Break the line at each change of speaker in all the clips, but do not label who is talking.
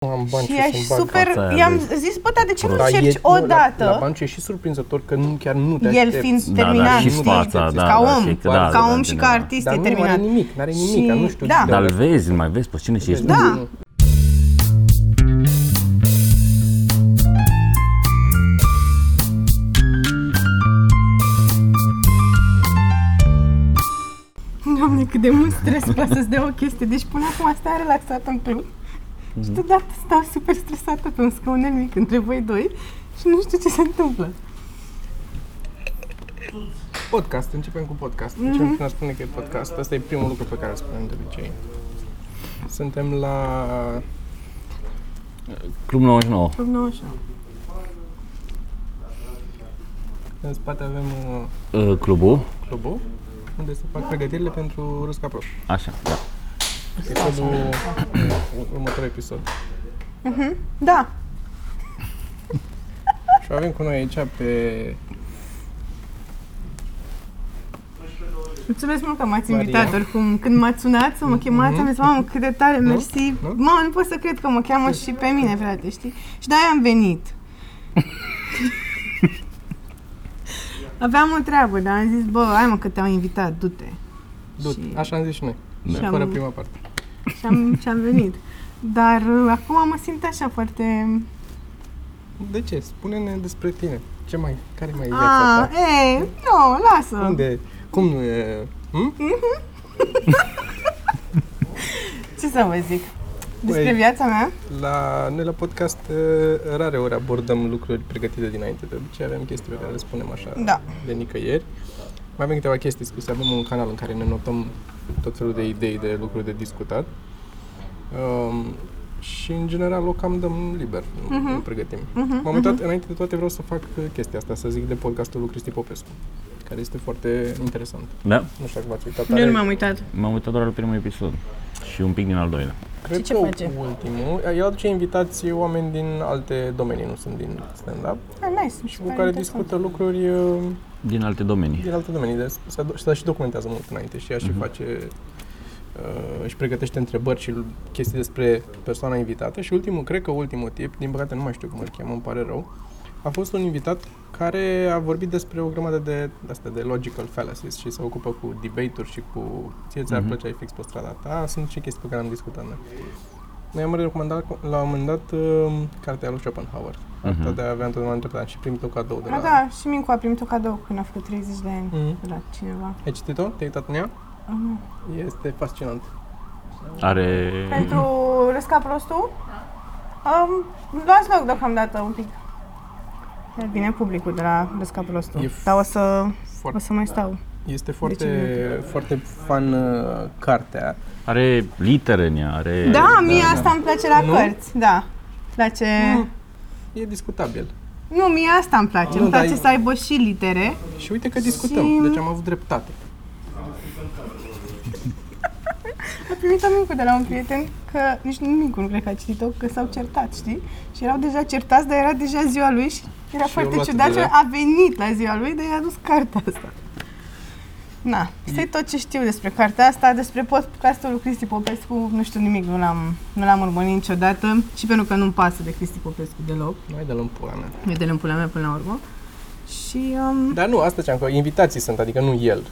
Nu am bani
Și
și
ești
sunt bani.
super...
fața aia
I-am
de-
zis, bă, dar de ce nu
Dar
încerci
e- nu,
o dată?
La, la Banciu e și surprinzător că nu, chiar nu te
el
aștepți.
fiind
Da, da,
terminat,
și
știi?
fața, da,
ca
da,
om,
și că- da,
ca
da,
om
da,
și
da,
ca
da.
artist
Dar
e
nu
terminat.
are nimic, nu are
Și-
nimic, nu știu.
da.
de-
Dar îl vezi, îl mai vezi pe cine
Deci,
și ești
Da. Doamne, cât de mult stres ca să-ți dea o chestie. Deci până acum stai relaxat în plin
Mm-hmm.
și deodată stau super stresată pe un scaunel mic între voi doi și nu știu ce se întâmplă.
Podcast, începem cu podcast.
Mhm.
Începem prin a spune că e podcast. Asta e primul lucru pe care îl spunem de obicei. Suntem la...
Club 99.
Club 99.
În spate avem uh,
Uh, Clubul.
clubul unde se fac pregătirile pentru Rusca Pro.
Așa, da.
Episodul... uh, următorul episod.
Da,
Și o avem cu noi aici pe
mulțumesc mult că m-ați
Maria. Mm-hmm.
invitat oricum. Când m-ați sunat să mă chemați, am zis, mamă, cât de tare, mersi.
Nu?
Mamă, nu pot să cred că mă cheamă și pe mine, frate, știi? Și de-aia am venit. Aveam o treabă, dar am zis, bă, hai mă că te-au invitat, du-te.
Dut.
Și-
Așa am zis și noi.
Da.
Și
Fără
am-
prima parte.
și am, și am venit. Dar uh, acum mă simt așa foarte...
De ce? Spune-ne despre tine. Ce mai... Care mai e viața
A,
ta?
e, nu, lasă.
Unde? Cum nu e? Hm?
Ce să vă zic? Despre
Păi-
viața mea?
La, noi la podcast uh, rare ori abordăm lucruri pregătite dinainte. De obicei avem chestii pe care le spunem așa
Da.
de nicăieri. Mai avem câteva chestii scrise. Avem un canal în care ne notăm tot felul de idei, de lucruri de discutat. Um, și în general o cam dăm liber, nu,
Mhm.
nu pregătim. Uh-huh, Momentan, uh-huh. înainte de toate vreau să fac uh, chestia asta, să zic de podcastul lui Cristi Popescu, care este foarte interesant.
Da,
Nu știu dacă v-ați uitat.
Eu
are-
nu m-am uitat.
m-am uitat doar la primul episod și un pic din al doilea.
Cred
ce
că
face?
ultimul. El aduce invitații oameni din alte domenii, nu sunt din stand-up,
Ah, nice.
și cu care discută lucruri uh,
Din alte domenii.
din alte domenii. Deci se, ado- se și documentează mult înainte și ea și face uh, își pregătește întrebări și chestii despre persoana invitată și ultimul, cred că ultimul tip, din păcate nu mai știu cum îl cheamă, îmi pare rău, a fost un invitat care a vorbit despre o grămadă de, asta, de logical fallacies și se ocupă cu debate-uri și cu ție ți-ar plăcea fix pe strada ta. Sunt și chestii pe care am discutat noi. Noi am recomandat la un moment dat uh, cartea lui Schopenhauer. Cartea de a avea întotdeauna dreptate și primit-o cadou de la...
Da, da, și Mincu a primit-o cadou când a făcut 30 de ani
Mhm.
de la cineva.
Ai citit-o? Te-ai uitat în ea?
Ah, nu.
Este fascinant.
Are...
Pentru Răsca Prostu? Um, luați loc deocamdată un pic. Vine publicul de la Răsca Prostu.
E f-
Dar o să, o
Foarte,
să mai stau.
este
Deci
foarte, foarte fan uh, cartea.
Are litere în ea, are...
Da, mie asta îmi place la
Nu?
cărți, da. Place...
Mm. E discutabil.
Nu, mie asta îmi place.
Nu,
îmi place
dar e-
să aibă și litere.
Și uite că discutăm,
Și-
deci am avut dreptate.
A primit amicul de la un prieten că nici Mincu nu cred că a citit-o, că s-au certat, știi? Și erau deja certați, dar era deja ziua lui și era
Și
foarte
eu luat
ciudat
deja.
că a venit la ziua lui, dar i-a dus cartea asta. Na, asta e tot ce știu despre cartea asta, despre podcastul lui Cristi Popescu, nu știu nimic, nu l-am, nu l-am urmărit niciodată și pentru că nu-mi pasă de Cristi Popescu deloc,
Mai de în pula mea.
e de lâmpula mea până la urmă. Și um,
Dar nu, asta ce am că invitații sunt, adică nu el.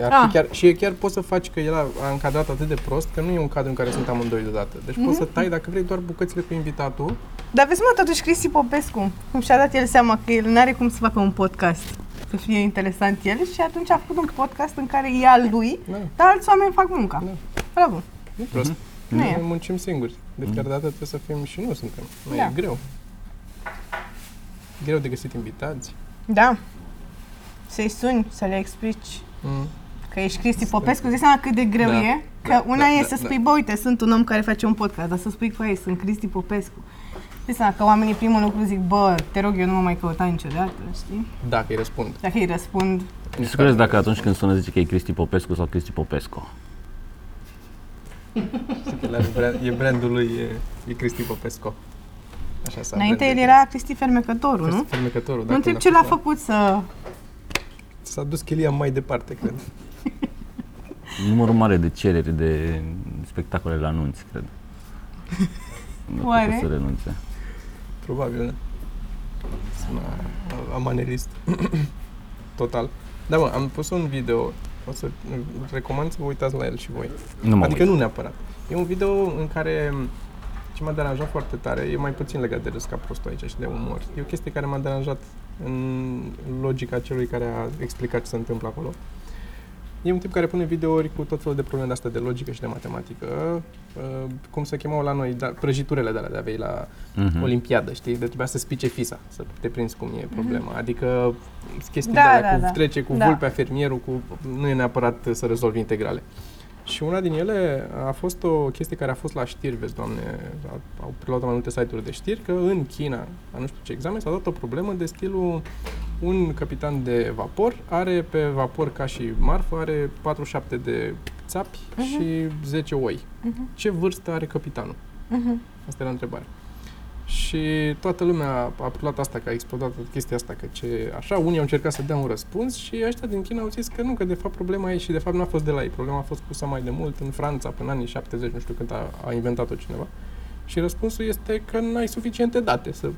E, Ar fi
Ah.
chiar, și e chiar poți să faci că el a, a încadrat atât de prost că nu e un cadru în care sunt amândoi deodată. Deci poți
Mhm.
să tai, dacă vrei, doar bucățile cu invitatul.
Dar vezi, mă, totuși, Cristi Popescu, cum și-a dat el seama că el n-are cum să facă un podcast să fie interesant el și atunci a făcut un podcast în care e al lui,
Da,
dar alți oameni fac munca.
Da.
Bravo!
nu prost.
Nu
Noi
e.
muncim singuri. Deci De fiecare dată trebuie să fim și nu suntem. Noi
Da.
e greu. Greu de găsit invitați.
Da. Să-i suni, să le explici
Mm.
că ești Cristi Popescu, îți dai seama cât de greu
Da.
e? Că una
da,
e
da,
să
da.
spui, bă, uite, sunt un om care face un podcast, dar să spui că ei, sunt Cristi Popescu. Îți Dai seama că oamenii primul lucru zic, bă, te rog, eu nu mă mai căuta niciodată, știi?
Dacă îi răspund.
Dacă îi răspund,
Nu știu crezi dacă atunci când sună zice că e Cristi Popescu sau Cristi Popescu.
El are brand, e brandul lui, e, e Cristi Popescu. Așa s-a
înainte el
brandit.
era Cristi Fermecătorul, nu?
Cristi Fermecătorul,
Nu
da.
întreb
când
ce
a
l-a
făcut-
făcut să...
S-a dus chelia mai departe, cred.
Numărul mare de cereri de spectacole la anunț, cred. Nu
Oare?
cred că să renunțe.
Probabil, da. Sună amanelist. Total. Da, mă, am pus un video. O să recomand să vă uitați la el și voi.
Nu mă
adică
uit.
nu neapărat. E un video în care ce m-a deranjat foarte tare, e mai puțin legat de râs ca prostul aici și de umor. E o chestie care m-a deranjat în logica celui care a explicat ce se întâmplă acolo. E un tip care pune videouri cu tot felul de probleme de astea de logică și de matematică. Uh, Cum se chemau la noi, da, prăjiturile de alea de avei la
Mhm.
olimpiadă, știi? De trebuia să spice fisa, să te prinzi cum e problema. Adică chestii
Mhm. Da,
de alea
da,
cu
da.
trece cu
Da.
vulpea, fermierul, cu nu e neapărat să rezolvi integrale. Și una din ele a fost o chestie care a fost la știri, vezi, doamne, a- au preluat mai multe site-uri de știri, că în China, la nu știu ce examen, s-a dat o problemă de stilul un capitan de vapor are pe vapor ca și marfă, are 47 de țapi
Mhm.
și 10 oi. Ce vârstă are capitanul?
mhm.
Asta era întrebarea. Și toată lumea a preluat asta, că a explodat chestia asta, că ce așa, unii au încercat să dea un răspuns și ăștia din China au zis că nu, că de fapt problema e și de fapt n-a fost de la ei, problema a fost pusă mai de mult în Franța până în anii 70, nu știu când a, a inventat-o cineva. Și răspunsul este că n-ai suficiente date să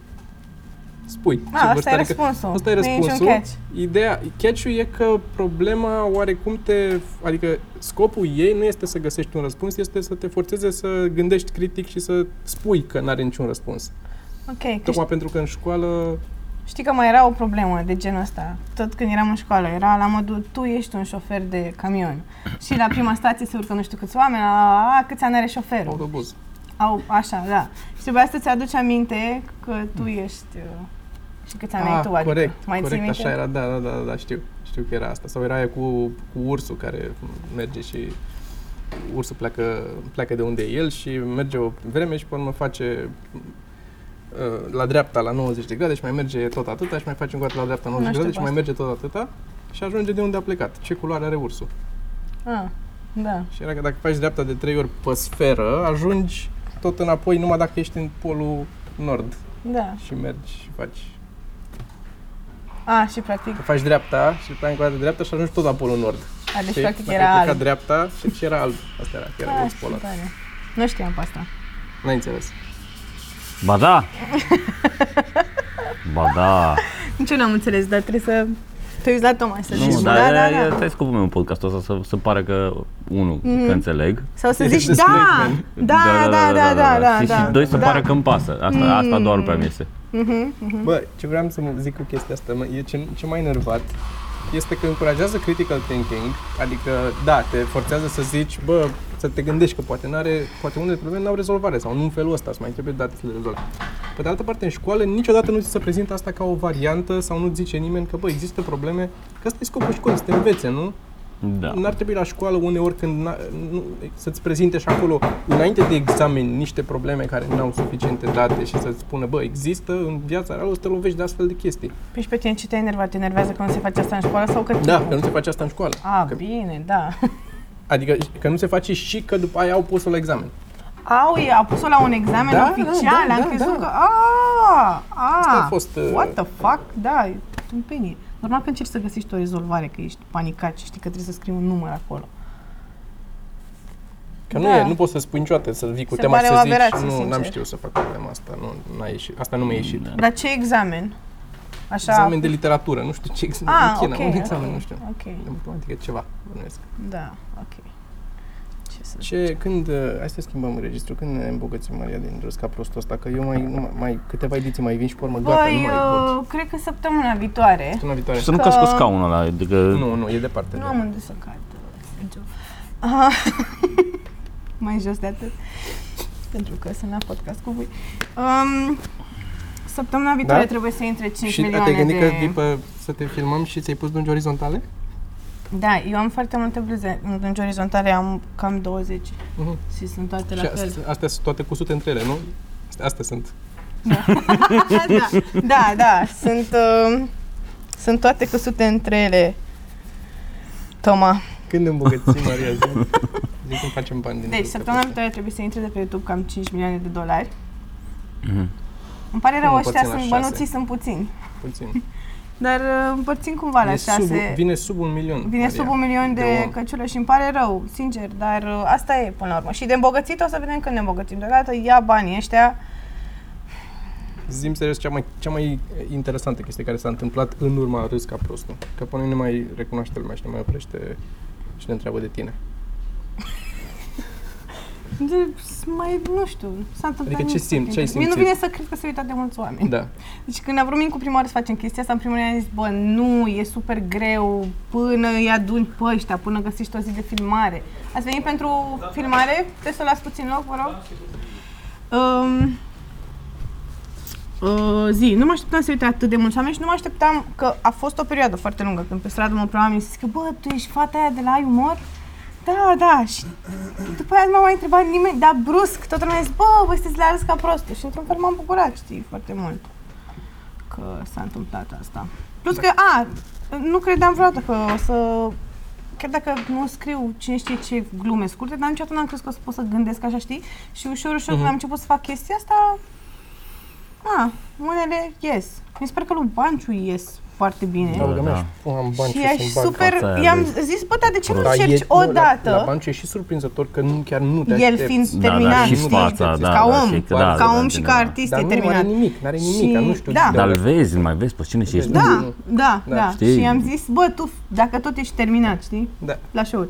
spui
A, Ah, asta e
are că-
răspunsul.
Asta e
Nu niciun
răspunsul.
catch.
Ideea, catch-ul e că problema oarecum te... Adică scopul ei nu este să găsești un răspuns, este să te forțeze să gândești critic și să spui că n-are niciun răspuns.
Ok, că
Tocmai pentru că în școală...
Știi că mai era o problemă de genul ăsta, tot când eram în școală, era la modul, tu ești un șofer de camion și la prima stație se urcă nu știu câți oameni, a, a, a câți ani are șoferul?
Autobuz.
Au, așa, da. Și trebuia să-ți aduci aminte că tu ești uh, și câți ani ai tu, adică,
Mm. Ah, corect,
mai ții
corect,
minte?
așa era, da, da, da, da, știu, știu că era asta. Sau era aia cu, cu ursul care merge și ursul pleacă, pleacă de unde e el și merge o vreme și până urmă face uh, la dreapta la 90 de grade și mai merge tot atâta și mai face un la dreapta 90
Nu
de
știu
grade
pe
și mai
asta.
merge tot atâta și ajunge de unde a plecat. Ce culoare are ursul?
Ah, da.
Și era că dacă faci dreapta de 3 ori pe sferă, ajungi tot înapoi numai dacă ești în polul nord
Da.
și mergi și faci
A, Ah, și practic,
Că faci dreapta și după aia încă o dată dreapta și ajungi tot la polul nord.
a, deci
Știi?
practic
Dacă
era
ai plecat
alb.
dreapta și, și era alb. Asta era, că era
Ah,
urs polar.
tare. Nu știam pe asta.
N-ai înțeles.
Ba da! Ba da!
Nici eu n-am înțeles, dar trebuie să te uiți la Toma să zici,
Nu,
da,
dar
da, da.
e- ăsta e scopul meu în podcastul ăsta, să, să pară că, unul, că înțeleg,
Sau să
E
zici,
despre
da,
Eggman.
da, da, da, da, da,
Și,
da. Mm.
și doi să
da.
pară că îmi pasă. Asta, asta doar pe mine este.
Mhm.
Bă, ce vreau să zic cu chestia asta, mă, e ce, ce mai enervat este că încurajează critical thinking, adică, da, te forțează să zici, bă, să te gândești că poate, n-are, poate unele probleme n-au rezolvare sau nu în felul ăsta, să mai trebuie date să le rezolvi. Pe de altă parte, în școală niciodată nu ți se prezintă asta ca o variantă sau nu zice nimeni că, bă, există probleme, că ăsta e scopul școlii, să te învețe, nu?
Da.
N-ar trebui la școală uneori când na- nu, să-ți prezinte și acolo, înainte de examen, niște probleme care nu au suficiente date și să-ți spună, bă, există în viața reală, o să te lovești de astfel de chestii.
Păi și pe tine ce te-ai enervat? Te enervează că nu se face asta în școală sau că tu?
Da, că nu se face asta în școală.
A,
că,
bine, da.
adică că nu se face și că după aia au pus-o la examen.
Au, e- a pus-o la un examen
Da, da,
oficial,
da,
am
da, da.
crezut că... A, a,
Asta a fost, uh,
what the fuck? Da, e tâmpenie. Normal că încerci să găsești o rezolvare, că ești panicat și știi că trebuie să scrii un număr acolo.
Că nu
Da.
e, nu poți să spui niciodată să vii cu
Se
tema și
pare
să
o
zici,
aberație,
nu,
sincer."
n-am știut să fac problema asta, nu, n-a ieșit, asta nu mi-a ieșit.
Da.
Dar ce examen? Așa...
Examen de literatură, nu știu ce examen,
Ah,
în China,
ok,
un examen,
ok,
nu știu. De
Ok,
matematică, ceva, bănuiesc.
da, ok. Ce să
Ce, când, uh, hai să schimbăm registru, când ne îmbogățim Maria din râs ca prostul ăsta, că eu mai, nu, mai, mai câteva ediții mai vin și pe urmă gata, nu
Băi,
mai pot.
eu Păi, uh, cred că săptămâna viitoare.
Săptămâna viitoare.
Și să nu cazi cu scaunul ăla, adică...
Nu, nu, e departe.
Nu
de-
am unde să cad, uh, Sergio. Ah, Mai jos de atât. Pentru că sunt la podcast cu voi. Um, săptămâna viitoare
Da?
trebuie să intre 5
Și
milioane
te-ai gândit
de...
că după să te filmăm și ți-ai pus dungi orizontale?
Da, eu am foarte multe bluze. În lungi orizontale am cam 20
Mhm.
și sunt toate la
Și
fel.
astea, astea sunt toate cusute între ele, nu? Astea- Astea sunt.
da, da, da, sunt, uh, sunt toate căsute între ele. Toma.
Când ne îmbogățim Maria zi? Zic cum facem bani din
Deci,
râs ca
săptămâna
prostul.
viitoare trebuie să intre de pe YouTube cam 5 milioane de dolari.
Mhm.
Îmi pare rău,
Nu
ăștia
împărțim la
sunt
șase.
bănuții, sunt puțini.
Puțin.
Dar uh, împărțim cumva la
E sub,
șase.
vine sub un milion.
Vine
Maria,
sub un milion de, de
oameni.
căciulă și îmi pare rău, sincer, dar uh, asta e până la urmă. Și de îmbogățit o să vedem când ne îmbogățim. Deodată ia banii ăștia.
Zim serios, cea mai, cea mai interesantă chestie care s-a întâmplat în urma râs ca prostul. Că până nu ne mai recunoaște lumea și ne mai oprește și ne întreabă de tine.
De, mai, nu știu, s-a întâmplat
Adică ce simți?
nimic
Ce ai
interesant. Mie nu
simțit?
vine să cred că s-a uitat de mulți oameni.
Da.
Deci când am vrut cu prima oară să facem chestia asta, în primul rând am zis, bă, nu, e super greu până îi aduni pe ăștia, până găsești o zi de filmare. Ați venit pentru filmare? Trebuie să las puțin loc, vă rog. Um, Uh, zi, nu mă așteptam să uite atât de mulți oameni și nu mă așteptam că a fost o perioadă foarte lungă când pe stradă mă probabil mi zis că bă, tu ești fata aia de la Ai Umor? Da, da, și după aia nu m-a mai întrebat nimeni, dar brusc, toată lumea a zis, bă, voi sunteți la râs ca prostul și într-un fel m-am bucurat, știi, foarte mult că s-a întâmplat asta. Plus că, a, nu credeam vreodată că o să... Chiar dacă nu scriu cine știe ce glume scurte, dar niciodată n-am crezut că o să pot să gândesc așa, știi? Și ușor, ușor, când
Mhm.
am început să fac chestia asta, a, unele ies. Mi se pare că lui Banciu ies foarte bine.
Da, da,
da.
da. Am bani
și
și,
ești
sunt bani. da.
fața
super,
aia
i-am
lui.
zis, bă, dar de ce nu
Dar
încerci
e- nu,
o dată?
La, la Banciu e și surprinzător că nu, chiar nu te
el
aștepți.
fiind
Da,
terminat,
da, și
știi? Deci
fața, da,
ca
da,
om,
și- da,
ca
da, da,
om și ca
da.
artist
Dar
e
nu are
terminat.
nimic, nu are nimic,
Și-
nu știu.
da.
de
Dar îl
unde-
vezi, îl mai vezi pe cine și ești
Da.
tu.
Da, da, da.
Da,
Și
știi.
i-am zis, bă, tu, dacă tot ești terminat, știi?
Da.
La show-uri.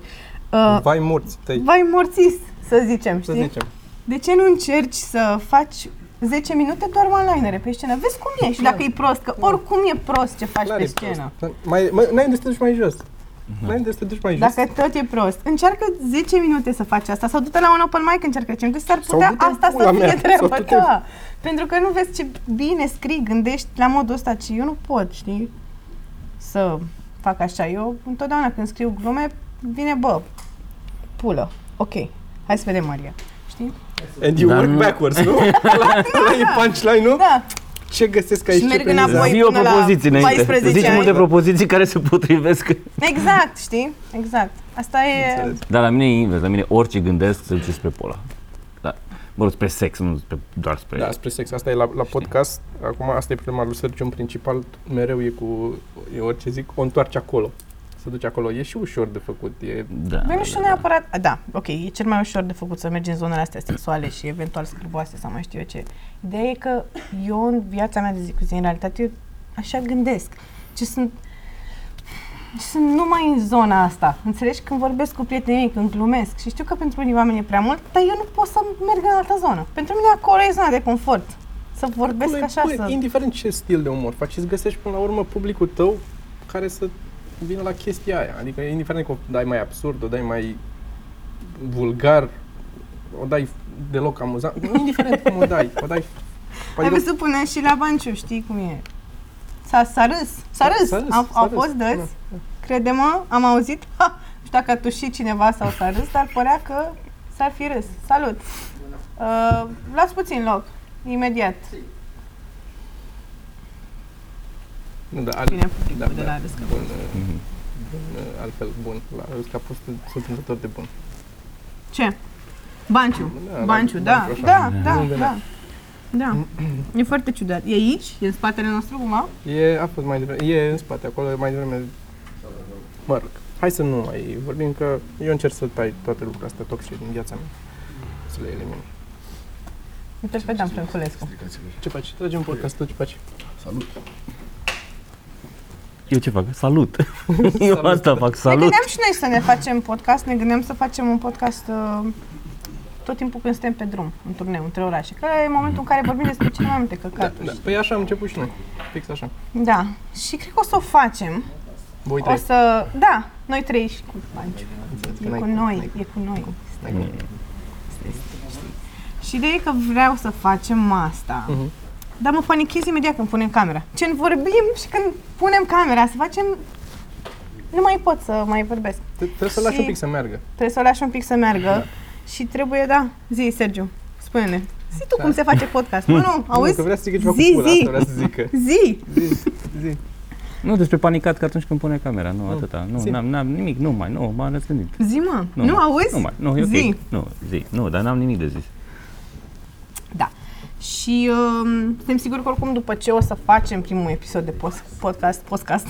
Uh,
Vai morți tăi,
vai morțis, să zicem,
să
știi?
zicem.
De ce nu încerci să faci 10 minute doar one-linere pe scenă? Vezi cum e și dacă e prost, că oricum e prost ce faci
Da. Clar
pe
e
scenă.
prost. Mai, mai, n-ai de să te duci mai jos.
Da.
N-ai de să te duci mai jos.
Dacă tot e prost, încearcă 10 minute să faci asta sau du-te la un open mic, încearcă 5 minute, s-ar
Sau
putea
du-te în
asta să
pula
fie
mea,
treaba
sau du-te-
ta. Pentru că nu vezi ce bine scrii, gândești la modul ăsta, ci eu nu pot, știi, să fac așa. Eu întotdeauna când scriu glume, vine, bă, pulă, ok, hai să vedem Maria, știi?
And you
Dar
work
nu-
backwards, nu? la, la e punchline-ul?
Da,
Ce găsesc
Și
aici?
merg
ce primiza?
înapoi.
Zi o
până la
propoziție înainte.
14
Zici
ani.
multe propoziții care se potrivesc.
exact, știi? Exact. Asta e...
Înțeles.
Dar la mine e invers, la mine orice gândesc se duce spre pola. Da. Mă rog, spre sex, nu spre, doar spre...
Da, spre sex. Asta e la, la podcast. Acum, asta e problema lui Sergiu în principal. Mereu e cu, e orice zic, o întoarce acolo. Se duce acolo. E și ușor de făcut. E,
da,
Băi,
da,
Păi nu știu
da.
neapărat, a, da, ok, e cel mai ușor de făcut să mergi în zonele astea sexuale și eventual scârboase sau mai știu eu ce. Ideea e că eu în viața mea de zi cu zi, în realitate, eu așa gândesc. Ce sunt, ce sunt numai în zona asta. Înțelegi? Când vorbesc cu prietenii, când glumesc și știu că pentru unii oameni e prea mult, dar eu nu pot să merg în altă zonă. Pentru mine acolo e zona de confort. Să vorbesc
Băi,
așa,
băi,
să...
Indiferent ce stil de umor faci, îți găsești până la urmă publicul tău care să vină la chestia aia. Adică, indiferent că o dai mai absurd, o dai mai vulgar, o dai deloc amuzant, indiferent cum o dai, o dai...
Păi Trebuie
adică-
să punem și la banciu, știi cum e. S-a, s-a râs, s-a râs,
S-a râs,
au,
s-a
au
râs,
fost dăți,
da,
crede-mă, am auzit, ha, nu știu dacă a tușit cineva sau s-a râs, dar părea că s-ar fi râs. Salut! Uh, las puțin loc, imediat.
Nu, da, al,
Bine, publicul de la Râs ca
bun, uh, bun, uh, altfel bun, la râs ca prost, surprinzător de bun.
Ce? Banciu,
Da, la
banciu, da,
Banciu,
da,
așa.
da,
Nu
da.
venea.
Da, e foarte ciudat. E aici? E în spatele nostru cumva?
E, a fost mai devreme, e în spate, acolo mai devreme, mă rog, hai să nu mai vorbim, că eu încerc să tai toate lucrurile astea toxice din viața mea, să le elimin.
Îl treci pe Dan Frânculescu.
Ce faci? Tragem podcastul, ce faci?
Eu ce fac? Salut! Eu asta fac,
Ne
salut!
gândeam și noi să ne facem podcast, ne gândeam să facem un podcast uh, tot timpul când suntem pe drum, în turneu, între orașe, că e momentul în care vorbim despre cele mai multe
Da,
căcaturi.
da. Păi așa am început și noi, fix așa.
Da. Și cred că o să o facem.
Voi
O
trei.
să... Da, noi trei și cu Panciu.
Că
E
n-ai
cu
cum,
noi,
n-ai
e cu noi. Stai cu- stai, stai, stai. Și ideea e că vreau să facem asta.
Mhm.
Dar mă panichez imediat când punem camera. Ce vorbim și când punem camera, să facem... Nu mai pot să mai vorbesc.
Tre- Trebuie să-l lași
Și-
un pic să meargă.
Trebuie să o lași un pic să meargă și trebuie, da, zi, Sergiu, spune-ne. Zi tu
Da.
cum se face podcast. Nu, nu,
Nu,
auzi?
Că vrea să zică ceva
Zi,
cu pula,
zi.
asta vrea să zică.
Zi!
Zi, zi.
Nu, despre panicat că atunci când pune camera, nu, atâta. Nu,
Sim.
n-am, n-am nimic, nu mai, nu, m-am răzgândit.
Zi, mă! Nu,
mai,
auzi?
Nu mai, nu, e ok.
Zi!
Nu, zi, nu, dar n-am nimic de zis.
Da. Și um, suntem siguri că oricum după ce o să facem primul episod de post, podcast, podcast,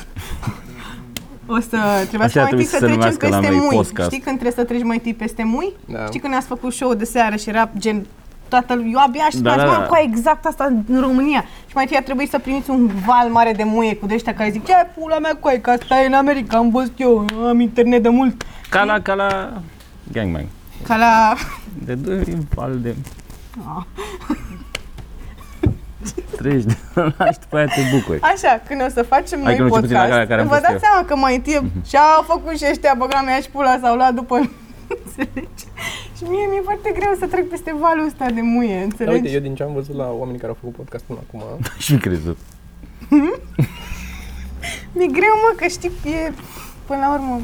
o să trebuie să
Așa
mai întâi
trebuie
să
să se
trecem
numească la
peste
noi,
mui.
podcast.
Știi când trebuie să treci mai întâi peste mui?
Da.
Știi când ne-ați făcut show de seară și era gen toată lumea, eu abia așteptam,
Da,
da,
da, da.
da, da. exact asta în România. Și mai întâi a trebuit să primiți un val mare de muie cu de care zic, ce pula mea cu că asta e în America, am văzut eu, am internet de mult.
Ca la, ca la gangbang.
Ca la...
De doi în pal de...
Ah.
Treci de ăla și după aia te bucuri.
Așa, când o să facem
Hai că
noi
nu știu puțin la
podcast,
care- care am
vă
fost
dați
eu. Mhm.
seama că mai întâi și-au făcut și ăștia, băga mea și pula s-au luat după Înțelegi? Și mie mi-e foarte greu să trec peste valul ăsta de muie,
Dar Da, uite,
înțelegi?
eu din ce am văzut la oamenii care au făcut podcast până acum,
Și crezut.
Mi-e greu, mă, că știi, e... Până la urmă,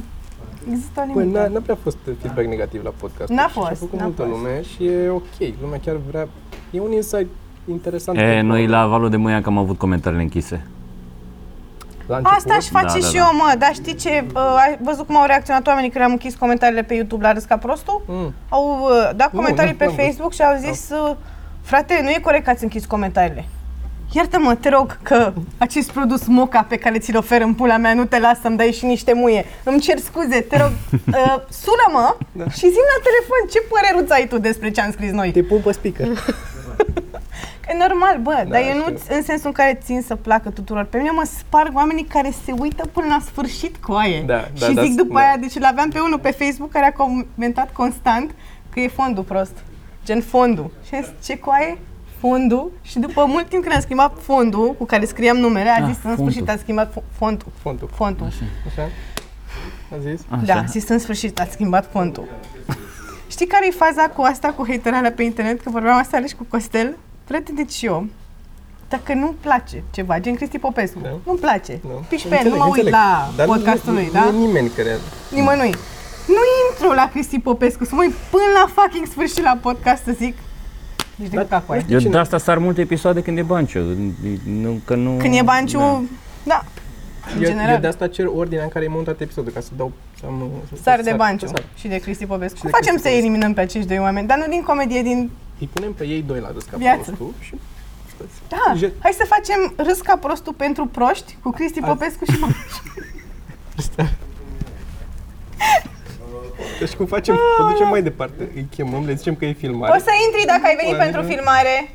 există
Bă,
o
Păi, n-a,
limită.
n-a prea fost feedback negativ la podcast. Deci
N-a
A
fost,
făcut
n-a
multă
fost.
lume și e ok. Lumea chiar vrea... E un insight interesant.
E, noi la valul de mâine că am avut comentariile închise.
la început,
Asta aș face
Da, da,
și
da.
eu, mă, dar știi ce? Bă, ai văzut cum au reacționat oamenii când am închis comentariile pe YouTube la Râs ca prostul?
Mm.
Au uh, dat
Nu,
comentarii
nu,
pe
n-am văzut.
Facebook și au zis uh, Frate, nu e corect că ați închis comentariile. Iartă-mă, te rog, că acest produs moca pe care ți-l ofer în pula mea nu te lasă să-mi dai și niște muie. Îmi cer scuze, te rog, uh, sună-mă și zi la telefon ce părere ai tu despre ce am scris noi.
Da. Te pun pe speaker.
E normal, bă,
Da,
dar eu nu
știu.
în sensul în care țin să placă tuturor. Pe mine mă sparg oamenii care se uită până la sfârșit cu aie.
Da, da,
și
da,
zic după
da.
aia, deci îl aveam pe unul pe Facebook care a comentat constant că e fondul prost. Gen fondul. Și am zis, ce coaie? Fondul. Și după mult timp când am schimbat fondul cu care scriam numele, a
Ah,
zis în
fontul.
sfârșit a schimbat fo- fontul.
Fontul.
Fontul.
Așa? A zis?
Așa.
Da, zis în sfârșit a schimbat fontul. Știi care e faza cu asta, cu haterarea pe internet? Că vorbeam asta și cu Costel. Frate, deci eu, dacă nu-mi place ceva, gen Cristi Popescu,
Da.
nu-mi place,
Nu.
pici Păi pe el, nu mă uit la
Dar nu-
podcastul
nu-
lui, da?
Nu e nimeni care...
Nimănui. Nu intru la Cristi Popescu, să mă uit până la fucking sfârșit la podcast să zic, ești de
Da.
cap aia.
Eu
Cine?
de asta sar multe episoade când e Banciu. Nu, că nu...
Când e banciu, da, în
Eu, eu de
general,
asta cer ordinea în care e montat episodul, ca să dau... Să am, să-
sar
să
de banciu
să sar.
și de Cristi Popescu.
de
Cum facem
Cristi
să
Popescu.
eliminăm pe acești doi oameni? Dar nu din comedie, din
Îi punem pe ei doi la dăsca
Viață.
prostul și...
Da,
Je-
hai să facem râs ca prostul pentru proști cu Cristi
Hai.
Popescu și
Deci cum facem? O ducem mai departe. Îi chemăm, le zicem că e filmare.
O să intri dacă ai venit
Oameni,
pentru
nu?
filmare.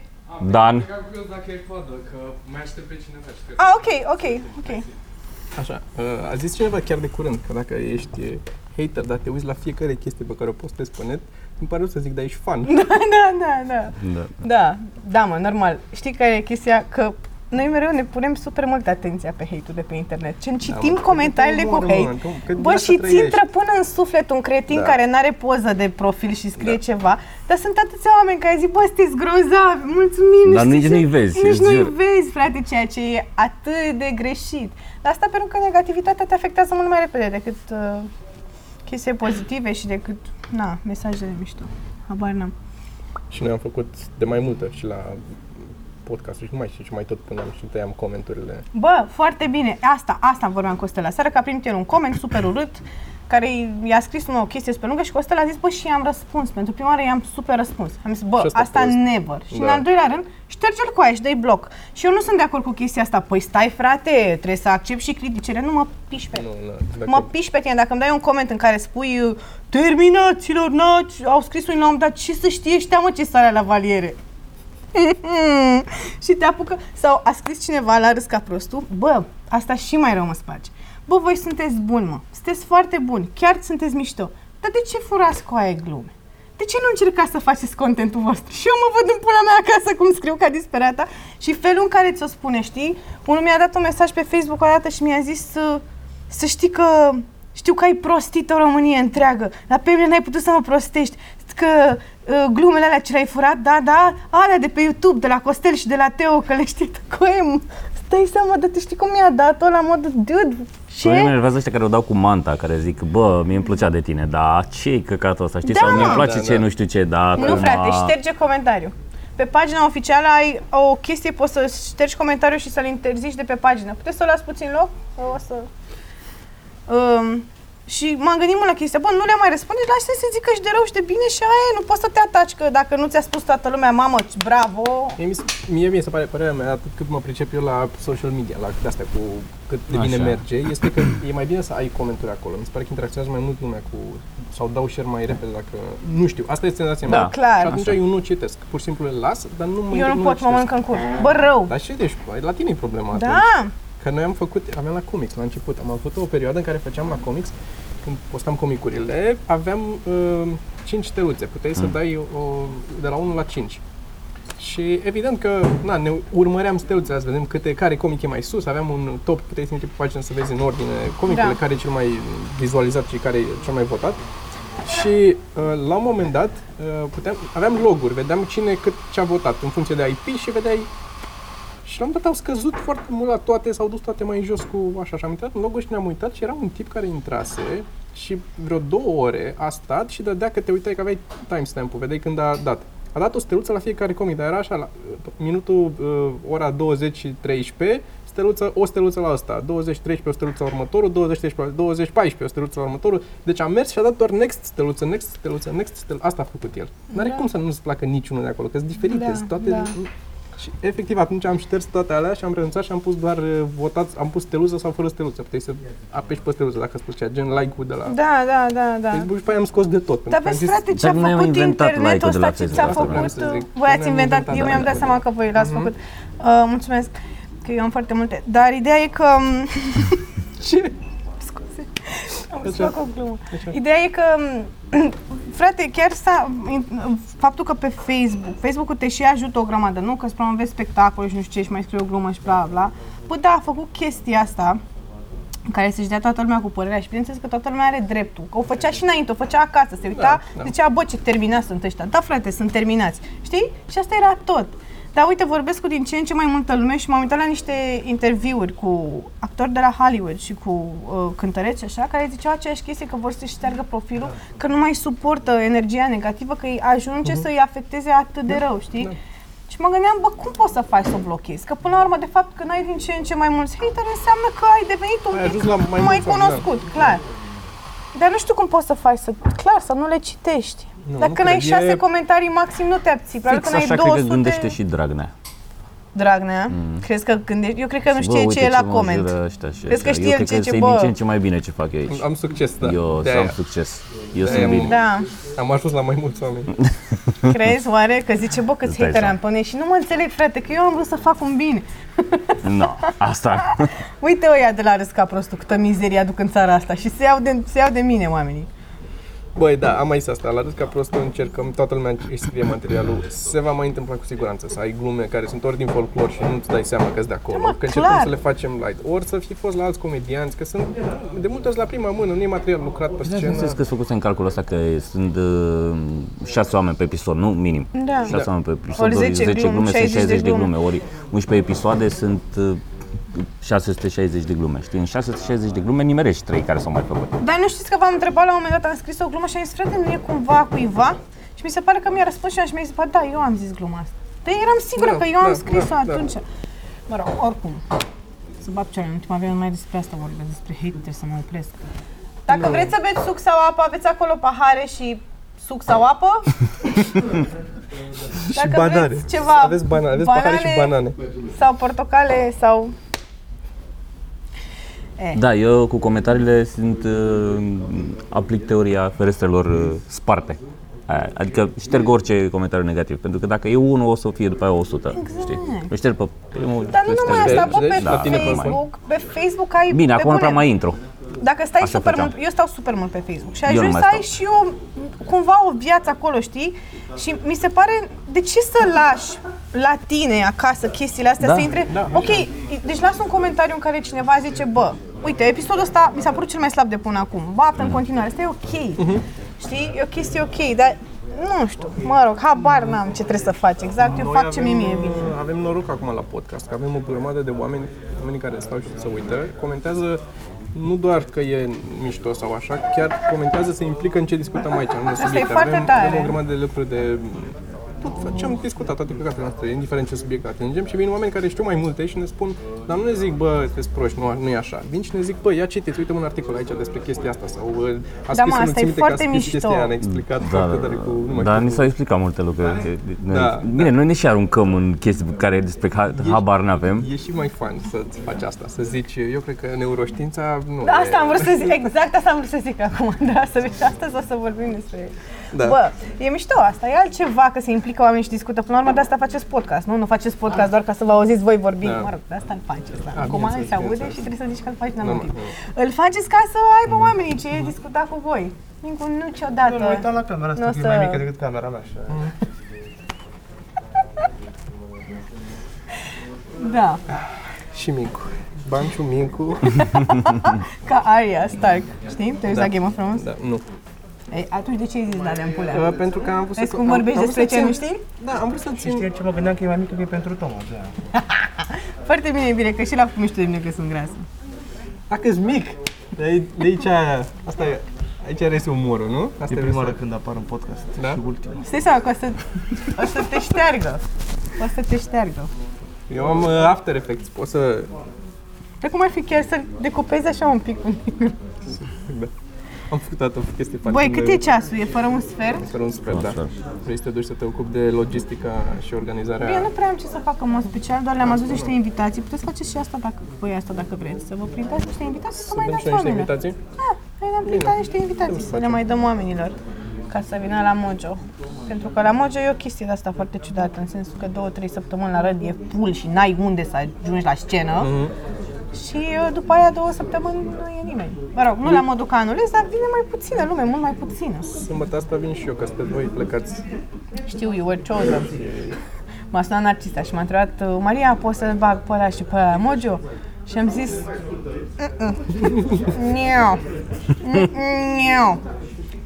Dan.
Am curios dacă e coadă, că mai aștept pe cineva și cred
Ah, ok, ok, ok.
Așa, uh, a zis cineva chiar de curând că dacă ești uh, hater, dar te uiți la fiecare chestie pe care o postezi pe net, îmi pare rău să zic, dar ești fan.
Da, da, da, da.
Da.
Da, da, mă, normal. Știi care e chestia? Că noi mereu ne punem super mult atenția pe hate-ul de pe internet. Gen, citim
Da, mă,
comentariile
că
cu
omoră, mă,
hate.
că- că din
Bă,
asta
și ți
trăiești.
intră până în suflet un cretin
Da.
care n-are poză de profil și scrie
Da.
ceva, dar sunt atâția oameni care zic, bă, sunteți grozavi, mulțumim.
Dar
știu
nici
ce-
nu-i vezi,
Nici
îți
nu-i
jur.
vezi, frate, ceea ce e atât de greșit. Dar asta pentru că negativitatea te afectează mult mai repede decât uh, chestii pozitive și decât, na, mesajele mișto. Habar n-am.
Și noi am făcut de mai multe și la podcastul și nu mai știu și mai tot puneam și tăiam comenturile.
Bă, foarte bine. Asta, asta vorbeam cu Stella seara, că a primit el un coment super urât, care i- i-a scris numai o chestie super lungă și Costel a zis, bă, și i-am răspuns. Pentru prima oară i-am super răspuns. Am zis, bă,
Și asta
asta,
e
asta
prost.
never. Și în
Da.
al doilea rând, șterge-l cu aia și dă-i bloc. Și eu nu sunt de acord cu chestia asta. Păi stai, frate, trebuie să accept și criticile, nu mă piși pe
Nu, nu, dacă
Mă piși pe tine dacă îmi dai un coment în care spui uh, Terminaților, nați, au scris unii la un moment dat, ce să știe ăștia mă ce sarea la valiere? și te apucă, sau a scris cineva la râs ca prostul, bă, asta și mai rău mă spaci. Bă, voi sunteți buni, mă, sunteți foarte buni, chiar sunteți mișto, dar de ce furați cu aia glume? De ce nu încercați să faceți contentul vostru? Și eu mă văd în pula mea acasă cum scriu ca disperata și felul în care ți-o spune, știi? Unul mi-a dat un mesaj pe Facebook o dată și mi-a zis uh, să știi că știu că ai prostit o Românie întreagă, dar pe mine n-ai putut să mă prostești, că uh, glumele alea ce le-ai furat, da, da, alea de pe YouTube, de la Costel și de la Teo, că le știi tu cu em. Stai seama, dar tu știi cum mi-a dat-o la modul, dude,
Ce? Mă
ce?
enervează ăștia care o dau cu manta, care zic, bă, mie îmi plăcea de tine, dar ce e căcatul ăsta, știi?
Da.
Sau mi-e place
Da,
ce,
da.
nu știu ce, da." dar
Nu, frate, șterge comentariu. Pe pagina oficială ai o chestie, poți să ștergi comentariul și să-l interzici de pe pagină. Puteți să o las puțin loc? O să... Um, Și m-am gândit mult la chestia, bă, nu le mai răspunde, lasă să zică și de rău și de bine și aia e, nu poți să te ataci, că dacă nu ți-a spus toată lumea, mamă, bravo,
Mie mi se, mie, mi se pare părerea mea, atât cât mă pricep eu la social media, la astea cu cât de bine
Așa.
merge, este că e mai bine să ai comentarii acolo. Mi se pare că interacționează mai mult lumea cu... sau dau share mai repede dacă... Nu știu, asta este senzația
Da.
mea.
clar.
Și atunci
Așa.
eu nu citesc. Pur și simplu le las, dar nu mă
eu nu
le
pot, mă
citesc.
mănâncă în cur. Bă, rău.
Dar și deci, bă, la tine e problema
Da,
atunci. Că noi am făcut, aveam la comics la început, am avut o perioadă în care făceam la comics, când postam comicurile, aveam uh, 5 steluțe, puteai să
Mm.
dai o, de la 1 la 5. Și evident că na, ne urmăream steluțele, să vedem câte, care comic e mai sus, aveam un top, puteai să intri pe pagină să vezi în ordine comicurile,
Da.
care e cel mai vizualizat și care e cel mai votat. Și uh, la un moment dat uh, puteam, aveam loguri, vedeam cine cât ce a votat în funcție de IP și vedeai și la un moment dat au scăzut foarte mult la toate, s-au dus toate mai în jos cu așa și am intrat în logo și ne-am uitat și era un tip care intrase și vreo două ore a stat și dădea că te uitai că aveai timestamp-ul, vedeai când a dat. A dat o steluță la fiecare comic, dar era așa, la uh, minutul, uh, ora 20 și 13, steluță, o steluță la ăsta, 20, 13, o steluță la următorul, 20, 13, 20, 14, o steluță la următorul. Deci a mers și a dat doar next steluță, next steluță, next steluță. Asta a făcut el. N-are
Da.
cum să nu-ți placă niciunul de acolo, că sunt diferite,
Da,
sunt toate...
da.
Și efectiv atunci am șters toate alea și am renunțat și am pus doar uh, votat, am pus steluță sau fără steluță. Puteai să apeși pe steluță dacă îți plăcea, gen like-ul de la
da, da, da, da.
Facebook și pe aia am scos de tot. pentru
Dar
că am
vezi,
zis,
frate, ce a
Dar noi am
făcut
inventat
internetul
like-ul de la
ăsta, ce
Facebook,
ți-a
asta vreau
făcut...
să zic.
Voi ați
Noi am
inventat,
inventat,
eu
da,
mi-am dat
da,
seama că voi l-ați
Mhm.
făcut. Uh, Mulțumesc, că eu am foarte multe. Dar ideea e că... um,
Ce?
Scuze, am să
Așa.
fac o glumă.
Așa.
Ideea e că, m, frate, chiar s-a, in- faptul că pe Facebook, Facebook-ul te și ajută o grămadă, nu? Că îți promovezi spectacole și nu știu ce și mai scrii o glumă și bla bla. Bă, da, a făcut chestia asta în care să-și dea toată lumea cu părerea și bineînțeles că toată lumea are dreptul. Că o făcea și înainte, o făcea acasă, se uita,
Da, da.
zicea, bă, ce terminați sunt ăștia. Da, frate, sunt terminați. Știi? Și asta era tot. Dar uite, vorbesc cu din ce în ce mai multă lume și m-am uitat la niște interviuri cu actori de la Hollywood și cu uh, cântăreți și așa, care ziceau aceeași chestie că vor să-și șteargă
Da.
profilul, că nu mai suportă energia negativă, că îi ajunge să-i afecteze atât de rău, știi?
Mhm. Da.
Și mă gândeam, bă, cum poți să faci să o blochezi? Că până la urmă, de fapt, când ai din ce în ce mai mulți hateri, înseamnă că ai devenit un
Ai
pic
ajuns la mai
mai,
mulți oameni, da.
cunoscut, clar. Dar nu știu cum poți să faci să, clar, să nu le citești.
Nu,
Dacă
nu
când ai
cred, e-
șase comentarii maxim, nu te abții. Probabil
Fix
când ai
așa
200...
cred că gândește și Dragnea.
Dragnea, crezi că gândești... Eu cred că nu
Și,
știe
bă,
ce
uite
e la
mă
coment.
jură ăștia și
Crezi că
așa.
știe
Eu
el
cred
ce-
că
ce,
se
bă.
din ce în ce mai bine ce fac eu aici.
Am succes, da.
Eu să
De-aia
am succes. Eu
De-aia
sunt
mă-
bine.
Da,
am ajuns la mai mulți oameni.
crezi oare că zice, bă,
Îți
câți
dai
hateri
seama.
am până și nu mă înțeleg, frate, că eu am vrut să fac un bine. Da.
Nu, asta.
Uite ăia de la râs ca prostul, câtă mizerie aduc în țara asta și se iau de, se iau de mine oamenii.
Băi, da, am mai zis asta. La râs ca prost încercăm, toată lumea își scrie materialul. Se va mai întâmpla cu siguranță să ai glume care sunt ori din folclor și nu-ți dai seama că de acolo.
Da, mă,
că încercăm
clar.
să le facem light. Ori să fi fost la alți comedianți, că sunt de multe ori la prima mână, nu e material lucrat pe
Dar
scenă.
înțeles Păi da, că sunt făcuse în calculul ăsta că sunt uh, șase oameni pe episod, nu? Minim.
Da.
Da.
Șase oameni pe episod,
Ori
ori
10 glume,
sunt
60 de
60 de
glume.
glume, ori 11 episoade sunt uh, 660 de glume. Știi, în 660 de glume nimerești trei care s-au mai făcut.
Dar nu știți că v-am întrebat la un moment dat, am scris o glumă și am zis, frate, nu e cumva cuiva? Și mi se pare că mi-a răspuns și mi-a zis, ba da, eu am zis gluma asta. Dar eram sigură
Da,
că eu am
da,
scris-o
da, da.
atunci. Mă rog, oricum. Să bag picioarele, în ultima vreme mai despre asta vorbesc, despre hate, trebuie să mă opresc. Dacă vreți să beți suc sau apă, aveți acolo pahare și suc sau apă. Dacă
banane.
vreți ceva,
Aveți banane, aveți pahare și banane.
Sau portocale sau... E.
Da, eu cu comentariile sunt uh, aplic teoria ferestrelor uh, sparte. Aia, Adică șterg orice comentariu negativ, pentru că dacă e unul o să fie după aia 100, exact. știi? Eu șterg pe primul.
Dar nu
pe
numai
șterg.
asta, bă, pe
Deci, la tine pe
Facebook, pe Facebook ai...
Bine,
pe
acum nu prea
bune.
mai intru.
Dacă stai
Așa
super
făceam.
mult, eu stau super mult pe Facebook și
Eu nu
ajungi
mai
să ai
stau.
și eu cumva o viață acolo, știi? Și mi se pare, de ce să lași la tine acasă chestiile astea
Da,
să intre?
da.
ok, deci las un comentariu în care cineva zice, bă, uite, episodul ăsta mi s-a părut cel mai slab de până acum, bată
Mhm.
în continuare, asta e ok, știi? E o chestie ok, dar nu știu, mă rog, habar n-am ce trebuie să faci exact, eu
Noi
fac ce mi-e mie
avem,
bine.
uh, Avem noroc acum la podcast, că avem o grămadă de oameni, oamenii care stau și se uită, comentează nu doar că e mișto sau așa, chiar comentează, se implică în ce discutăm aici, în
e
subiecte.
foarte
avem,
tare.
avem o grămadă de lucruri de tot făceam, discutat toate plecatele noastre, indiferent ce subiect atingem și vin oameni care știu mai multe și ne spun, dar nu ne zic, bă, sunteți proști, nu, nu e așa. Vin și ne zic, bă, ia citiți, uite un articol aiți despre chestia asta sau "Bă, a
Da, mă,
scris unul,
asta e
țin minte că a
foarte
scris chestia aia,
mișto.
ne-a explicat
Da,
foarte
da,
tare cu, nu mai
dar
știu
ni
cum.
s-au explicat multe lucruri. Noi-
Da,
Bine, noi ne și aruncăm în chestii care despre ha- habar n-avem.
E și mai fun să-ți faci asta, să zici, eu cred că neuroștiința nu
Da, Asta
e...
am vrut să zic, exact asta am vrut să zic acum, da, să vezi asta sau să vorbim despre
Da.
Bă, e mișto asta, e altceva că se implică oamenii și discută. Până la urmă de asta faceți podcast, nu? Nu faceți podcast doar ca să vă auziți voi vorbind.
Da.
Mă rog, de asta îl faceți. Da.
Da,
Acum
bineînțeles,
se aude
bineînțeles.
și trebuie să zici că îl faci la
Normal, Mhm.
motiv. Îl faceți ca să aibă oamenii ce e discutat cu voi. Nicu, niciodată.
Nu, nu uitam la camera asta,
Nu
că
o
e
să-
mai mică decât camera mea. Așa.
Da,
Și Mincu. Banciu, Mincu.
ca Arya Stark, știi? Te uiți
Da.
la Game of Thrones?
da, nu.
Ei, atunci de ce ai zis la de
Uh,
pulea?
pentru că am vrut să...
Vezi cum
am-
vorbești
am vrut
despre
să
ce nu
țin-
știi?
Da, am vrut să
Și știi
țin...
ce mă gândeam că e mai mică că e pentru Toma, de aia.
Foarte bine, e bine, că și la cum știu de mine că sunt grasă.
Dacă ești mic, de ai- de aici, asta e, aici rese umorul, nu? Asta
E prima oară
rese-
când apar în podcast
Da?
și ultima.
Stai seama că o să, o să te șteargă. O să te șteargă.
Eu am uh, After Effects, pot să...
Dar cum ar fi chiar să-l decupezi așa un pic?
Da. Am făcut toată chestia foarte
Băi, cât e ceasul? E fără un sfert?
Fără un sfert, da.
sfert.
Vrei să te duci să te ocupi de logistica și
Eu nu
organizarea...
prea am ce să fac în mod special, doar le-am adus niște invitații. Puteți faceți și asta dacă, voi asta dacă vreți. Să vă printați niște invitații să,
Să
mai
dăm și
dați
noi niște
oamenilor.
invitații?
Da, noi le-am printat niște invitații să le mai dăm oamenilor ca să vină la Mojo. Pentru că la Mojo e o chestie de asta foarte ciudată, în sensul că două, trei săptămâni la rând e full și n-ai unde să ajungi la scenă. Și uh, după aia două săptămâni nu e nimeni. Mă rog, nu la modul ca anul ăsta, dar vine mai puțină lume, mult mai puțină.
Sâmbătă asta vin și eu, că sunteți voi plecați.
Știu, you were chosen. M-a sunat narcisa și m-a întrebat, "Uh, Maria, poți să-l bag pe ăla și pe ăla la Mojo? Și am zis, Niau. Niau.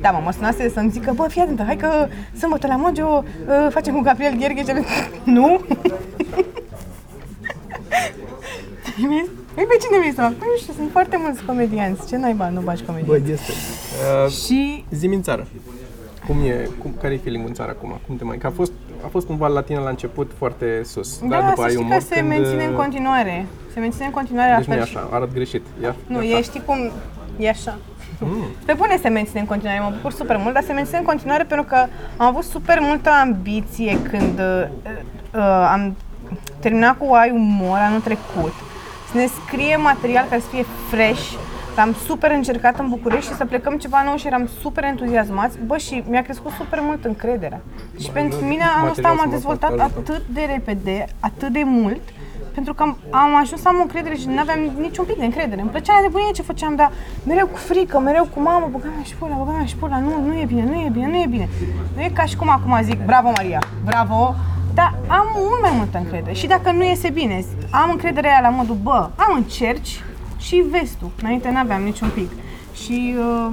Da, mă, mă sunase să-mi zică, bă, fii atentă, hai că sâmbătă la Mojo uh, facem cu Gabriel Gherghe și am zis, nu? Mi-a zis, Păi pe cine vrei să fac? Păi nu știu, sunt foarte mulți comedianți. Ce naiba, nu bagi comedianți?
este. Uh,
Și
Zim în țară. Cum e, cum, care e feeling în țară acum? Cum te mai... Că a fost, a fost cumva la tine la început foarte sus.
da,
dar după
să
ai
știi
umor
că se menține în continuare. Se menține în continuare
uh, Deci
la
nu e
fel.
așa, arăt greșit. Ia,
Nu,
ia
e,
ta.
știi cum, e așa. Pe bune se menține în continuare, mă bucur super mult, dar se menține în continuare pentru că am avut super multă ambiție când uh, uh, am terminat cu Ai Umor anul trecut. Să ne scrie material care să fie fresh, am super încercat în București și să plecăm ceva nou și eram super entuziasmați. Bă, și mi-a crescut super mult încrederea. Și pentru mine anul ăsta
material să
m-a
mă
dezvoltat
fac targetul.
atât de repede, atât de mult, pentru că am, am ajuns să am o încredere și nu aveam niciun pic de încredere. Îmi plăcea la nebunie ce făceam, dar mereu cu frică, mereu cu mamă, băga mea și pula, băga mea și pula, nu, nu e bine, nu e bine, nu e bine. Nu e ca și cum acum zic, bravo Maria, bravo, dar am mult mai multă încredere și dacă nu iese bine, am încrederea aia la modul, bă, am încerci și vezi tu, înainte n-aveam niciun pic. Și uh,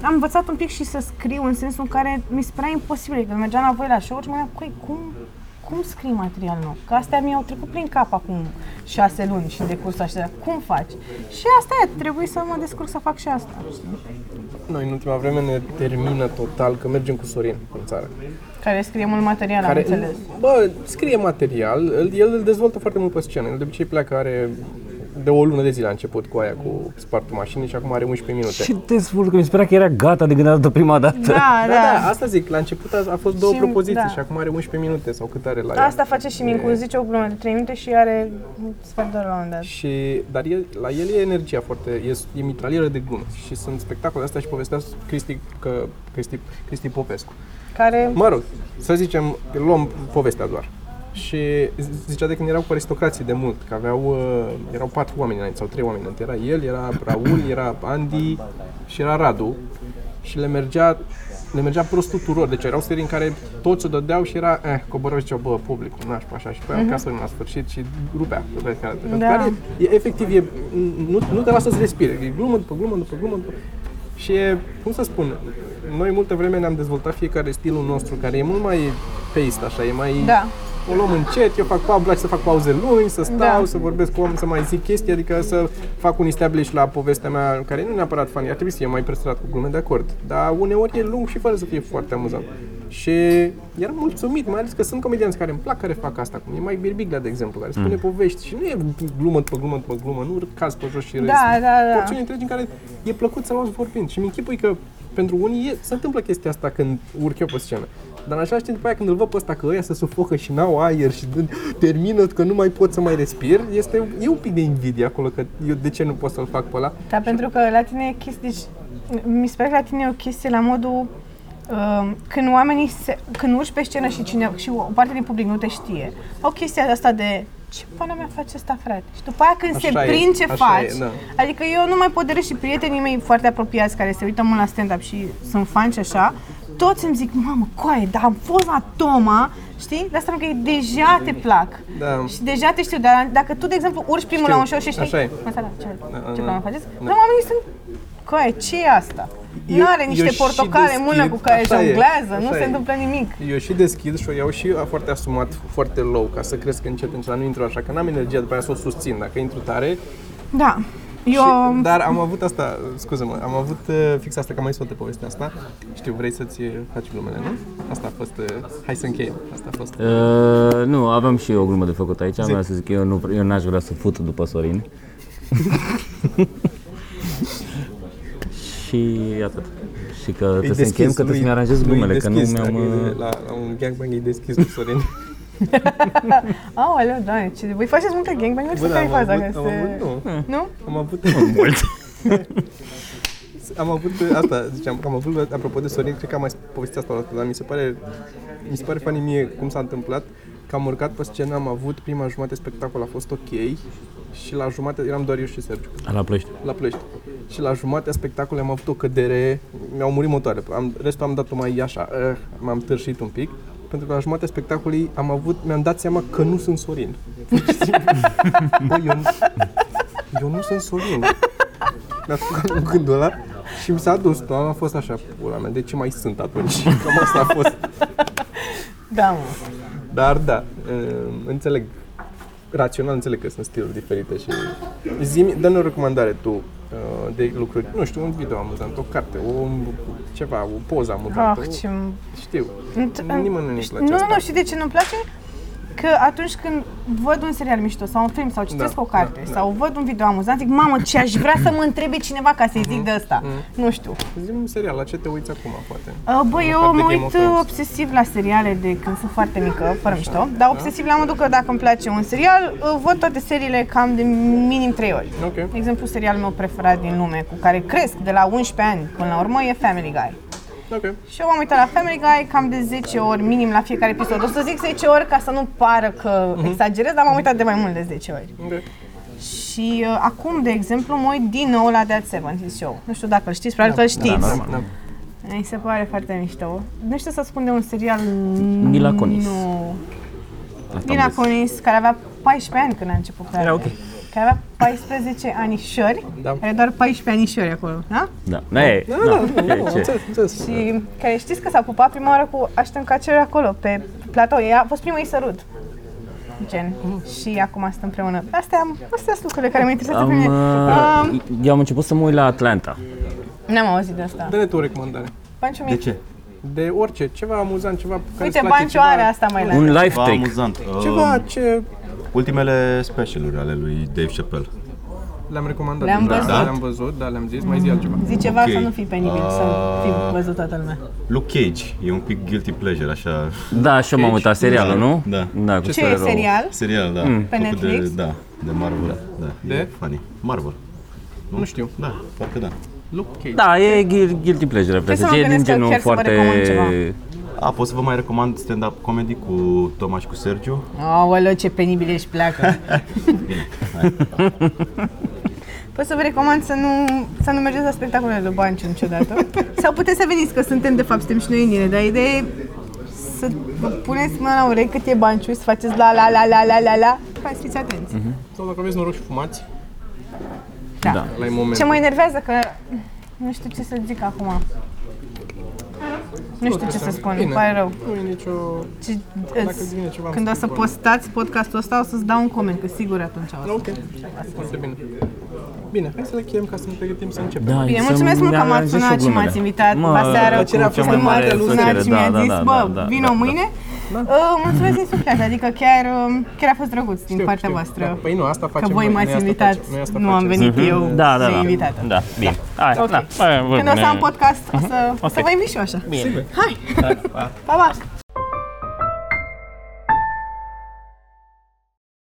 am învățat un pic și să scriu în sensul în care mi se părea imposibil. Când mergeam la voi la show și mă gândeam, "Coi, cum, cum scrii material nou? Că astea mi-au trecut prin cap acum șase luni și de cursul așa. Cum faci? Și asta e, trebuie să mă descurc să fac și asta.
Noi în ultima vreme ne termină total că mergem cu Sorin în țară.
Care scrie mult material, care... am înțeles.
bă, scrie material, îl- el îl dezvoltă foarte mult pe scenă. El de obicei pleacă, are de o lună de zile a început cu aia, cu spartul mașinii și acum are 11 minute.
Ce dezvolt, că mi se părea că era gata de gândat de prima dată.
Da,
Da, da, asta zic, la început a, a fost două
Și-
propoziții
da.
și acum are 11 minute sau cât are la ea.
Asta face și Mincu, zice o glumă de 3 minute și are sfert de oră la un moment dat.
Și, dar el, la el e energia foarte, e, e mitralieră de glume și sunt spectacole astea și povestea Cristi, că, Cristi, Cristi Popescu.
Care
Mă rog, să zicem, luăm povestea doar. Și z- zicea de când erau cu aristocrații de mult, că aveau, uh, erau patru oameni înainte sau trei oameni înainte. Era el, era Raul, era Andy și era Radu. Și le mergea, le mergea prost tuturor. Deci erau serii în care toți o dădeau și era, eh, coborau și ziceau, bă, publicul, nașpa așa. Și pe aia acasă la sfârșit și rupea. pe fiecare dată. Pentru
Da.
care e, efectiv, e, nu, nu te lasă să respire. E glumă după glumă după glumă. După... Și e, cum să spun, noi multă vreme ne-am dezvoltat fiecare stilul nostru, care e mult mai paced, așa, e mai...
Da.
O luăm încet, eu fac pa- îmi place să fac pauze lungi, să stau,
Da.
să vorbesc cu oameni, să mai zic chestii, adică să fac un establish la povestea mea, care nu e neapărat funny, ar trebui să fie mai presărat cu glume, de acord. Dar uneori e lung și fără să fie foarte amuzant. Și eram mulțumit, mai ales că sunt comedianți care îmi plac, care fac asta, cum e mai Birbiglea, de exemplu, care spune povești și nu e glumă după glumă după glumă, nu caz pe jos și râzi.
Da, da, da.
Porțiuni întregi în care e plăcut să-l auzi vorbind și mi închipui că pentru unii e, se întâmplă chestia asta când urc eu pe scenă. Dar în același timp, după aia, când îl văd pe ăsta că ăia se sufocă și n-au aer și d- termină că nu mai pot să mai respir, este, e un pic de invidie acolo că eu de ce nu pot să-l fac pe ăla.
Dar pentru că la tine e chestie, deci mi se pare că la tine e o chestie la modul um, când oamenii se, când urci pe scenă și, cine, și o parte din public nu te știe, au chestia asta de ce pana mea face asta, frate? Și după aia când
Așa
se
e,
prind ce
așa
faci,
e, da.
adică eu nu mai pot de râs și prietenii mei foarte apropiați care se uită mult la stand-up și sunt fan și așa, toți îmi zic, mamă, coaie, dar am fost la Toma, știi? De asta că e deja te plac.
Da.
Și deja te știu, dar dacă tu, de exemplu, urci primul
Știu,
la un show și știi,
așa e.
Asta da, ce,
da,
ce
da.
problemă faceți? Da. oamenii sunt... Coaie, ce e asta?
Eu-
Nu are
eu
niște
și
portocale în
deschid,
mână cu care
așa e,
jonglează, nu
așa
se
e.
întâmplă nimic.
Eu și deschid și o iau și foarte asumat, foarte low, ca să cresc încet, încet, nu intru așa, că n-am energia după aia să o susțin. Dacă intru tare,
Da. Eu...
Și, da. dar am avut asta, scuză-mă, am avut uh, fix asta, că am mai spus povestea asta. Știu, vrei să-ți uh, faci glumele, nu? Asta a fost, uh, hai să încheiem, asta a fost.
Uh, nu, aveam și eu o glumă de făcut aici. Am
Zi.
vrea să zic că eu, nu, eu n-aș vrea să fut după Sorin. și atât. Și că trebuie să încheiem, că trebuie să-mi aranjez glumele, că nu mi-am... uh,
da, adică La, la un gangbang e deschis cu Sorin.
Aoleu, doamne, ce... Voi faceți multe gangbang-uri? Sau care e
am
faza?
avut,
că
am
se-
avut, nu,
Nu?
am avut,
Mult.
am avut uh, asta, ziceam, că am avut, apropo de Sorin, cred că am mai povestit asta o dată, dar mi se pare, mi se pare funny mie cum s-a întâmplat, că am urcat pe scenă, am avut prima jumătate spectacol, a fost ok, și la jumate eram doar eu și Sergiu.
La plăști.
la Plești. Și la jumatea spectacolului am avut o cădere, mi-au murit motoare. Am, restul am dat-o mai așa, uh, m-am târșit un pic. Pentru că la jumatea spectacolului am avut, mi-am dat seama că nu sunt Sorin. Pur și simplu. Bă, eu, nu- eu nu sunt Sorin. Mi-a făcut un gândul ăla și mi s-a dus. Am fost așa, pula mea, de ce mai sunt atunci? Cam asta a fost.
Da, mă.
Dar da, uh, înțeleg. Rațional înțeleg că sunt stiluri diferite și... Zimi, dă-ne o recomandare tu uh, de lucruri. Nu știu, un video amuzant, o carte, o, ceva, o poză amuzantă.
Ah,
o-
ce...
Știu.
Înt-
Nimănui nu-i
ști-
place
Nu,
asta.
nu, știi de ce nu-mi place? Că atunci când văd un serial mișto sau un film sau citesc
Da,
o carte sau văd un video amuzant, zic, mamă, ce aș vrea să mă întrebe cineva ca să-i
Mhm.
zic de asta. Nu știu.
Zi-mi un serial, la ce te uiți acum, poate?
Uh, Bă, eu
Apropo de
mă
Game of
uit
Thrones.
obsesiv la seriale de când sunt foarte mică, fără mișto, dar obsesiv la modul că dacă îmi place un serial, uh, văd toate seriile cam de minim 3 ori.
Ok.
De exemplu, serialul meu preferat din lume, cu care cresc de la 11 ani până la urmă, e Family Guy.
Ok.
Și eu m-am uitat la Family Guy cam de 10 ori minim la fiecare episod. O să zic 10 ori ca să nu pară că
Mhm.
exagerez, dar m-am uitat de mai mult de 10 ori.
Ok.
Și uh, acum, de exemplu, mă uit din nou la That 70 Show. Nu știu dacă îl știți, probabil că îl știți.
Da.
Mi se pare foarte mișto. Nu știu să spun de un serial... mm,
Mila Kunis.
Nu.
Asta am
Mila
zis.
Kunis, care avea 14 ani când a început
Era
pe
ok.
Care avea 14 anișori.
Da.
Are doar 14 anișori acolo, da?
Da. Da, e, da, e, ce?
Înțeles, înțeles.
Și care știți că s-a pupat prima oară cu Ashton Kutcher acolo, pe platou. Ea a fost primul ei sărut. Gen. Și acum sunt împreună. Astea, am- astea sunt lucrurile care mă interesează pe
Am,
mine.
uh,
Um,
eu am început să mă uit la Atlanta.
N-am auzit de asta.
Dă-ne tu o recomandare.
Panciu mic.
De orice, ceva amuzant, ceva care îți
Uite,
place,
Banciu
ceva-
are asta mai la
Un life
Ceva
trick.
amuzant.
Ceva
Um,
ce
Ultimele specialuri ale lui Dave Chappelle.
le-am recomandat.
Le-am
deja,
văzut.
da, le-am văzut, da, le-am zis, mai zi altceva.
Zici ceva
Ok.
să nu fii penibil, să
Ah.
fii văzut toată lumea.
Luke Cage. E un pic guilty pleasure, așa.
Da, și eu m-am uitat serialul, nu?
Da.
da cu
Ce
tare
e
rău.
serial?
Serial, da. Mm.
Pe Netflix?
De, da, de Marvel. Da. da.
De?
E funny. Marvel.
Nu știu.
Da, parcă da.
Luke Cage.
Da, e gui- guilty pleasure,
să
presă.
mă
E din
gândesc că
genul
chiar să vă recomand ceva.
foarte...
A, pot să vă mai recomand stand-up comedy cu Toma și cu Sergiu.
Aoleu, ce penibil ești, pleacă. Pot să vă recomand să nu, să nu mergeți la spectacolele lui Banciu niciodată. Sau puteți să veniți, că suntem, de fapt, suntem și noi în ele, dar ideea e să vă puneți mâna la urechi cât e Banciu, să faceți la la la la la la la, ca să fiți atenți.
Sau dacă aveți noroc și fumați,
Da.
Da.
la moment.
Ce mă enervează că nu știu ce să zic acum. Nu știu ce să spun, îmi pare rău.
Nu e nicio...
Ce, îți-
vine ceva,
eh, când o
îmi
să
spui,
postați podcastul ăsta, o să-ți dau un coment, că sigur atunci o să
Ok, foarte Da, bine. Bine, hai să le chem ca să ne pregătim să începem.
Da,
Bine,
să
mulțumesc mult că
mi-am
m-ați
aranjat
sunat
și
și
eu
m-ați
glumele.
invitat
Mă,
aseară
plăcerea a
cu
fost
foarte
mai mare
mare
plăcere,
lună și
da,
mi-a
da,
zis,
da,
bă,
da, da,
vină
da,
mâine. Uh, Mulțumesc din suflet, adică chiar, uh, chiar a fost drăguț din
Știu,
partea
știu. Da,
voastră.
Păi nu, asta
Că
facem
voi
noi,
m-ați
noi asta
invitat,
facem, noi asta
nu am
facem.
venit eu
Da, da,
și
da.
invitată.
Da, bine. Hai,
Ok.
da. Hai, vă
Când o să am
bine. Mhm. Da,
podcast, o să, o să vă invit și eu așa. Hai! Pa, pa!